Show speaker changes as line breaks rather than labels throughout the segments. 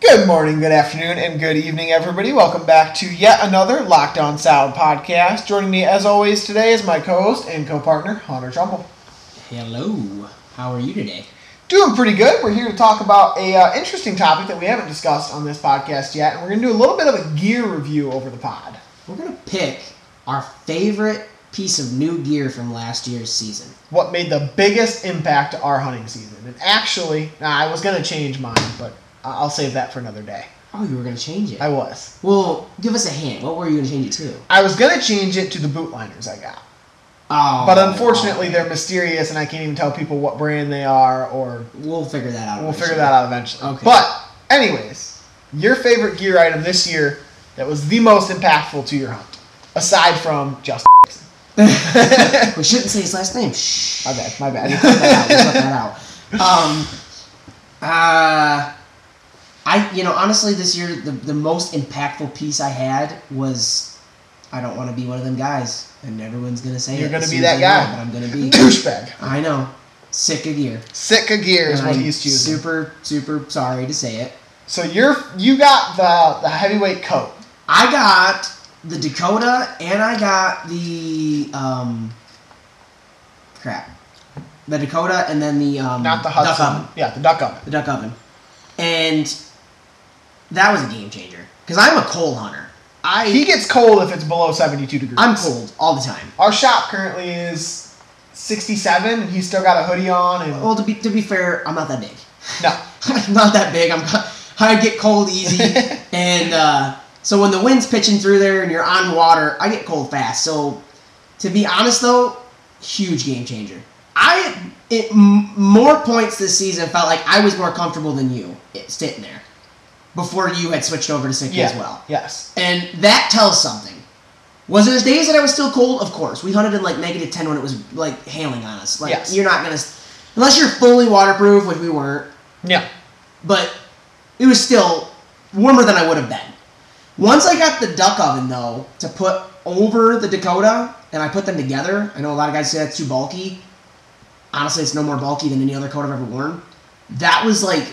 Good morning, good afternoon, and good evening, everybody. Welcome back to yet another Locked On Sound podcast. Joining me, as always, today is my co-host and co-partner Hunter Trumbull.
Hello. How are you today?
Doing pretty good. We're here to talk about a uh, interesting topic that we haven't discussed on this podcast yet, and we're going to do a little bit of a gear review over the pod.
We're going to pick our favorite piece of new gear from last year's season.
What made the biggest impact to our hunting season? And actually, nah, I was going to change mine, but I- I'll save that for another day.
Oh, you were going to change it.
I was.
well, give us a hint. What were you going to change it to?
I was going to change it to the bootliners I got.
Oh.
But unfortunately, they're mysterious, and I can't even tell people what brand they are, or
We'll figure that out.
we'll figure
eventually.
that out eventually.
Okay.
But, anyways, your favorite gear item this year that was the most impactful to your hunt, aside from Justin.
We shouldn't say his last name. Shh.
My bad, my bad.
We cut that out. We cut that out. Um, uh, I you know honestly this year the the most impactful piece I had was I don't want to be one of them guys and everyone's gonna say
You're
it
gonna
as
be
soon
that
as they
guy.
know, but I'm gonna be
Douchebag.
I know sick of gear.
Sitka gear is
And
what
I'm
he's choosing.
Super super sorry to say it.
So you're you got the the heavyweight coat.
I got the Dakota and I got the um crap. The Dakota and then the um
Not the
duck
Hudson.
oven.
Yeah, the duck oven.
The duck oven. And that was a game changer. Because I'm a coal hunter. I
He gets cold if it's below 72 degrees.
I'm cold all the time.
Our shop currently is 67, and he's still got a hoodie on. And
Well to be to be fair, I'm not that big.
no,
I'm not that big. I'm I get cold easy, and uh, so when the wind's pitching through there and you're on water, I get cold fast. So, to be honest though, huge game changer. I it m- more points this season felt like I was more comfortable than you it, sitting there before you had switched over to Sitka
yeah,
as well,
yes.
and that tells something. Was there days that I was still cold? Of course, we hunted in like negative ten when it was like hailing on us. Like
Yes.
you're not gonna unless you're fully waterproof, which we weren't
Yeah.
but it was still warmer than I would have been. Once I got the duck oven though to put over the Dakota and I put them together, I know a lot of guys say that's too bulky. Honestly, it's no more bulky than any other coat I've ever worn. That was like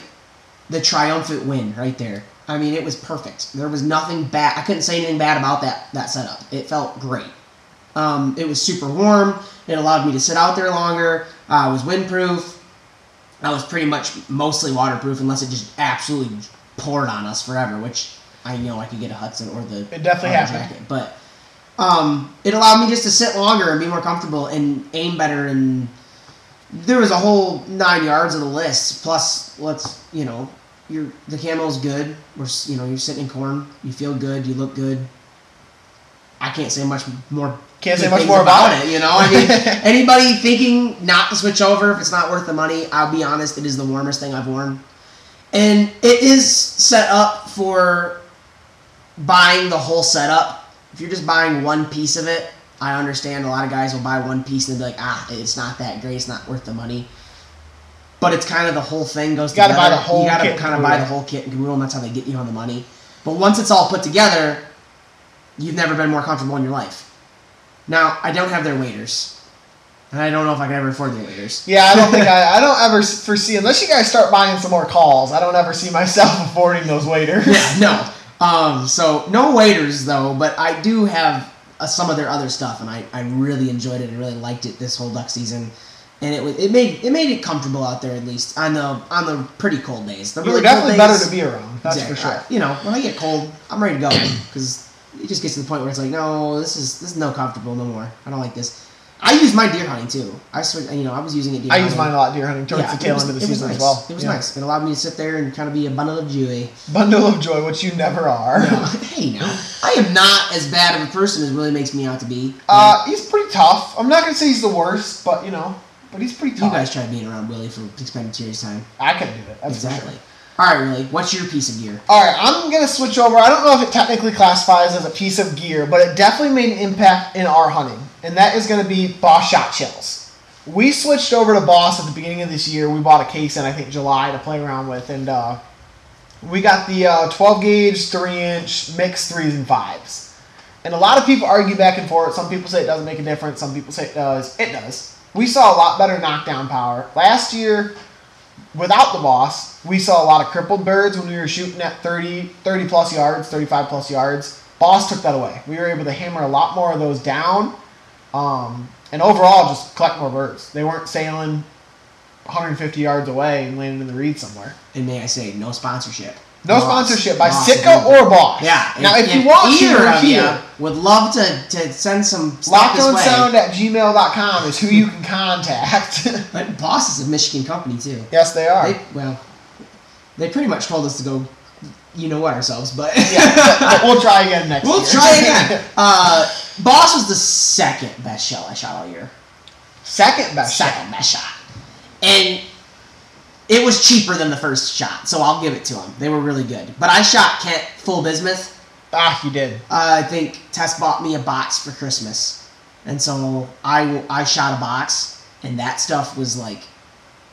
the triumphant win right there. I mean, it was perfect. There was nothing bad. I couldn't say anything bad about that that setup. It felt great. Um, it was super warm. It allowed me to sit out there longer. Uh, it was windproof. I was pretty much mostly waterproof unless it just absolutely poured on us forever, which I know I could get a Hudson or the
It definitely
or the
happened.
But um, it allowed me just to sit longer and be more comfortable and aim better. And there was a whole nine yards of the list. Plus, let's you know, your the camel's good. We're s- you know you're sitting in corn. You feel good. You look good. I can't say much more.
Can't say
good
much
things
more about it.
You know, I mean, anybody thinking not to switch over if it's not worth the money, I'll be honest, it is the warmest thing I've worn, and it is set up for buying the whole setup. If you're just buying one piece of it, I understand a lot of guys will buy one piece and they'll be like, ah, it's not that great, it's not worth the money. But it's kind of the whole thing goes
Gotta
together.
buy the whole
you gotta
kit and
kind of buy the
caboodle.
whole kit and caboodle, and that's how they get you on the money. But once it's all put together, you've never been more comfortable in your life. Now, I don't have their waiters. And I don't know if I can ever afford their waiters.
Yeah, I don't think I, I don't ever foresee unless you guys start buying some more calls. I don't ever see myself affording those waiters.
Yeah, no. Um, so no waiters though, but I do have uh, some of their other stuff, and I, I really enjoyed it. I really liked it this whole duck season, and it was it made it made it comfortable out there at least on the on the pretty cold days. The
You
really
were definitely
cold days,
better to be around. That's for
Exactly.
sure.
I- you know, when I get cold, I'm ready to go because it just gets to the point where it's like, no, this is this is no comfortable no more. I don't like this. I use my deer hunting too. I switch, you know, I was using it. Deer
I
hunting.
use mine a lot deer hunting towards
Yeah,
the tail
it was-
end of the
it was
season
nice.
as well.
It was
Yeah.
nice. It allowed me to sit there and kind of be a bundle of joy.
Bundle of joy, which you never are.
hey, now I am not as bad of a person as Willie makes me out to be.
Uh, he's pretty tough. I'm not gonna say he's the worst, but you know, but he's pretty
you
tough.
guys tried being around Willie for extended period of time.
I could do it. That's for
exactly.
sure.
All right, Willie. What's your piece of gear?
All right, I'm gonna switch over. I don't know if it technically classifies as a piece of gear, but it definitely made an impact in our hunting, and that is gonna be Boss shot shells. we switched over to Boss at the beginning of this year. We bought a case in I think July to play around with, and uh, we got the uh, 12 gauge, 3 inch mixed threes and fives. And a lot of people argue back and forth. Some people say it doesn't make a difference. Some people say it does. It does. We saw a lot better knockdown power last year. Without the boss, we saw a lot of crippled birds when we were shooting at 30, 30 plus yards, 35 plus yards. Boss took that away. We were able to hammer a lot more of those down. Um, and overall, just collect more birds. They weren't sailing 150 yards away and landing in the reeds somewhere.
And may I say, no sponsorship.
No
Boss.
sponsorship by
Boss
Sitka
is-
or Boss.
Yeah.
Now, if, you want to,
either
we're
of
here.
you would love to, to send some stuff this way.
Lockdownsound at gmail.com is who you can contact.
But Boss is a Michigan company too.
yes, they are.
They, well, they pretty much told us to go, you know what ourselves, but
yeah, but we'll try again next
we'll
year.
try again. Uh, Boss was the second best shell I shot all year.
Second best. shot.
Second best shot, and it was cheaper than the first shot, so I'll give it to them. They were really good. But I shot Kent full bismuth.
Ah, you did.
Uh, I think Tess bought me a box for Christmas, and so I I shot a box, and that stuff was like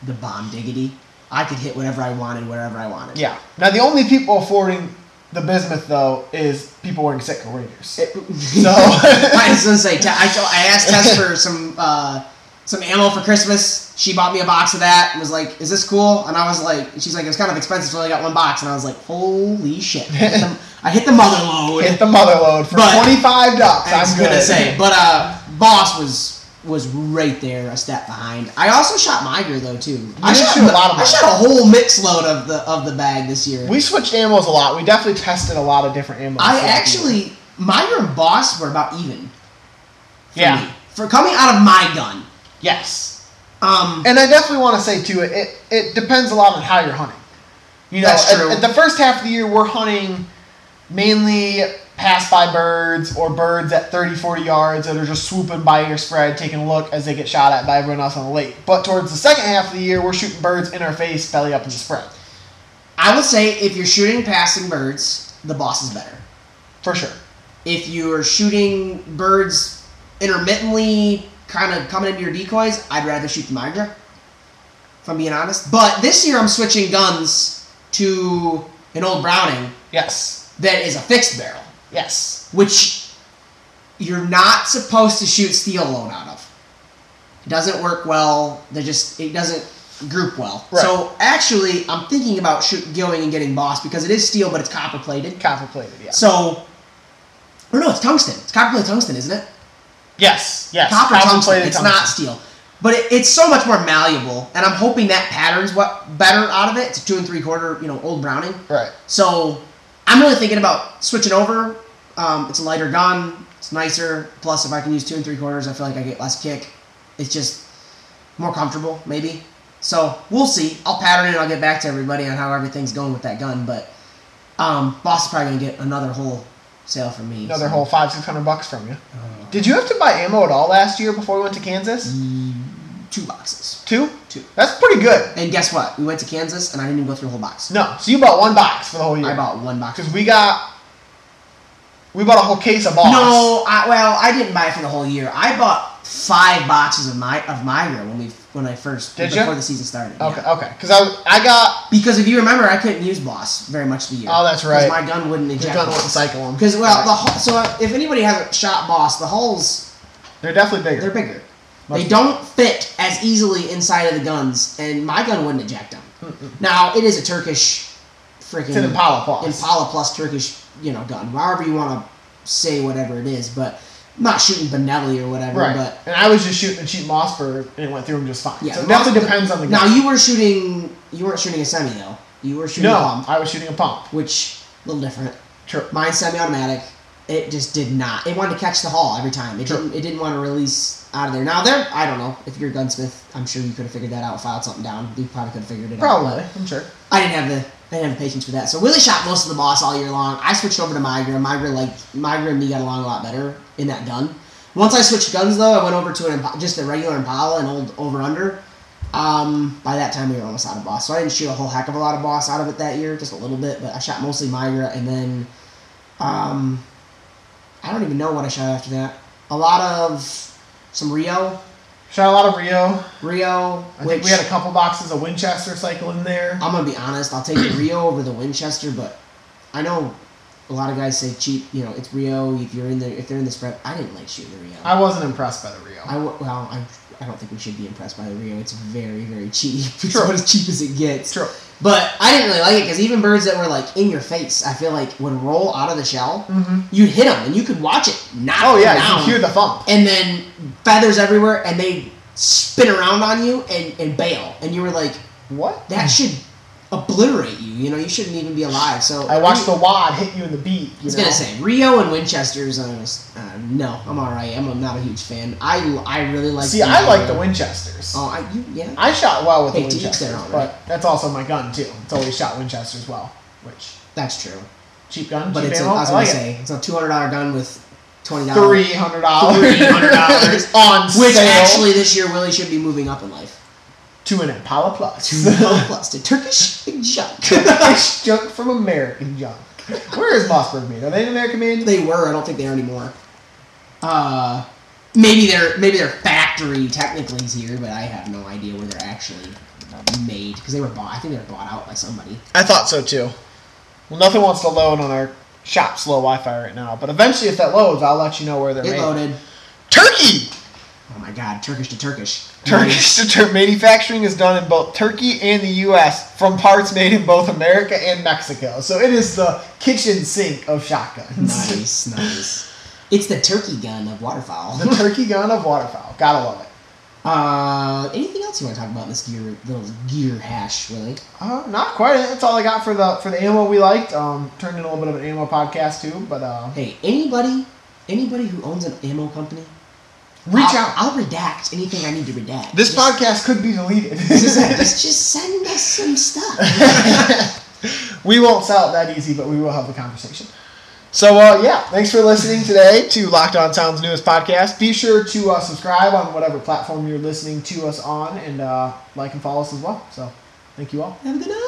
the bomb diggity. I could hit whatever I wanted, wherever I wanted.
Yeah. Now, the only people affording the bismuth, though, is people wearing Sitka Raiders.
So I was gonna say, Te- I, told- I asked Tess for some uh, some ammo for Christmas. She bought me a box of that and was like, "Is this cool?" And I was like, "She's like, it's kind of expensive, so I only got one box." And I was like, "Holy shit!" I hit the, I hit the mother load.
Hit the mother load for
But-
25 ducks.
I was
I'm
gonna
good.
say, but uh, boss was was right there, a step behind. I also shot Miger though too. I
did
shot
shoot a lot of
I
Miger.
shot a whole mix load of the of the bag this year.
We switched ammos a lot. We definitely tested a lot of different ammos.
I actually Miger and Boss were about even. for
Yeah.
me. for coming out of my gun.
Yes.
Um,
And I definitely want to say too, it, it it depends a lot on how you're hunting. You know,
That's
at-
true.
at the first half of the year, we're hunting mainly pass by birds or birds at 30, 40 yards that are just swooping by your spread, taking a look as they get shot at by everyone else on the lake. But towards the second half of the year, we're shooting birds in our face, belly up in the spread,
I would say if you're shooting passing birds, the boss is better.
for sure.
If you're shooting birds intermittently, kind of coming into your decoys, I'd rather shoot the Migra. If I'm being honest, but this year I'm switching guns to an old Browning
Yes,
that is a fixed barrel,
yes,
which you're not supposed to shoot steel load out of. It doesn't work well. They just it doesn't group well.
Right.
So actually, I'm thinking about shoot, going and getting boss because it is steel, but it's copper plated.
copper plated. Yeah.
So, or no, it's tungsten. It's copper plated tungsten, isn't it?
Yes, yes.
Copper tungsten.
plated
It's
tungsten.
not steel, but it, it's so much more malleable, and I'm hoping that pattern's what better out of it. It's a two and three quarter, you know, old Browning.
right.
So, I'm really thinking about switching over. Um, it's a lighter gun. It's nicer. Plus, if I can use two and three quarters, I feel like I get less kick. It's just more comfortable, maybe. So we'll see. I'll pattern it. I'll get back to everybody on how everything's going with that gun. But um, boss is probably gonna get another whole sale from me.
Another
so.
whole five, six hundred bucks from you.
Uh,
Did you have to buy ammo at all last year before we went to Kansas?
Mm, two boxes.
Two.
Two.
That's pretty good.
And guess what? We went to Kansas and I didn't even go through the whole box.
No, so you bought one box for the whole year.
I bought one box.
because we got we bought a whole case of balls.
No, I, well, I didn't buy it for the whole year. I bought five boxes of my of my year when we when I first
Did
before
ya?
the season started.
Okay,
yeah.
okay. Because I I got
Because if you remember, I couldn't use Boss very much the year.
Oh, that's
'Cause
right.
My gun wouldn't
the
eject.
gun wouldn't cycle them.
Because well, the hu- so if anybody hasn't shot Boss, the hulls
they're definitely bigger.
they're bigger.
Much
they don't fit as easily inside of the guns, and my gun wouldn't eject them. Now it is a Turkish freaking
It's an Impala pause.
Impala plus Turkish, you know, gun. However you want to say whatever it is, but I'm not shooting Benelli or whatever.
right.
But
and I was just shooting a cheap Mossberg and it went through them just fine.
yeah,
so it
the
definitely
Mos-
depends on the
Now
gun.
you were shooting, you weren't shooting a semi though. You were shooting
no,
a pump,
I was shooting a pump.
which a little different.
True.
Mine semi-automatic. It just did not. It wanted to catch the haul every time. It
Sure.
didn't. It didn't want to release out of there. Now there, I don't know if you're a gunsmith. I'm sure you could have figured that out. Filed something down. You probably could have figured it out.
Probably, I'm sure.
but I didn't have the. I didn't have the patience for that. So Willie shot most of the boss all year long. I switched over to Migra. Migra like Migra and me got along a lot better in that gun. Once I switched guns though, I went over to an Impa- just a regular Impala, an old over under. Um, by that time we were almost out of boss, so I didn't shoot a whole heck of a lot of boss out of it that year, just a little bit. But I shot mostly Migra, and then um, I don't even know what I shot after that. A lot of some Rio,
Shout out to Rio.
Rio.
I think we had a couple boxes of Winchester cycle in there.
I'm gonna be honest. I'll take the Rio over the Winchester, but I know a lot of guys say cheap. You know, it's Rio. If you're in there, if they're in the spread, I didn't like shooting the Rio. I,
I wasn't impressed by the Rio.
w- well, I, I don't think we should be impressed by the Rio. It's very, very cheap. It's about as cheap as it gets.
True.
But I didn't really like it because even birds that were like in your face, I feel like would roll out of the shell.
Mm-hmm.
You'd hit them and you could watch it. Knock
Oh yeah,
them
you
down,
can hear the thump.
and then feathers everywhere, and they spin around on you and and bail, and you were like,
What?
that should obliterate you. You know, you shouldn't even be alive. So
I watched the wad hit you in the beat. You
I was
know?
gonna say Rio and Winchester's. Uh, uh, no, I'm all right. I'm, I'm not a huge fan. I I really like.
See, I like the Winchesters.
Oh, I you, yeah.
I shot well with the
Hey, to each their
Winchesters,
own,
but that's also my gun too. It's always shot Winchesters well, which
That's true.
cheap gun,
But
cheap
it's a,
ammo.
I was
I
gonna
like
say it's a two hundred dollar gun with twenty
it.
dollars.
Three hundred dollars.
$300
on
Which
sale
actually this year Willie should be moving up in life.
to an Impala Plus.
Plus to Turkish junk.
Turkish junk from American junk. Where is Mossberg made? Are they an American made?
they were. I don't think they are anymore. Uh, maybe their maybe their factory technically is here, but I have no idea where they're actually uh, made because they were bought. I think they were bought out by somebody.
I thought so too. Well, nothing wants to load on our shop slow Wi-Fi right now, but eventually, if that loads, I'll let you know where they're
It
made.
loaded.
Turkey.
Oh my god, Turkish to Turkish.
Turkish to Tur- manufacturing is done in both Turkey and the U.S. from parts made in both America and Mexico. So it is the kitchen sink of shotguns.
Nice, nice. It's the turkey gun of waterfowl.
the turkey gun of waterfowl. Gotta love it.
Uh, anything else you want to talk about in this gear little gear hash, Willie?
Uh, not quite. That's all I got for the for the ammo we liked. Um, turned in a little bit of an ammo podcast too, but uh,
Hey, anybody, anybody who owns an ammo company,
reach out.
I'll- I'll redact anything I need to redact.
This
Just-
podcast could be deleted.
just, just, just send us some stuff.
we won't sell it that easy, but we will have a conversation. So, uh, yeah, thanks for listening today to Locked On Sound's newest podcast. Be sure to uh, subscribe on whatever platform you're listening to us on and uh, like and follow us as well. So, thank you all.
Have a good night.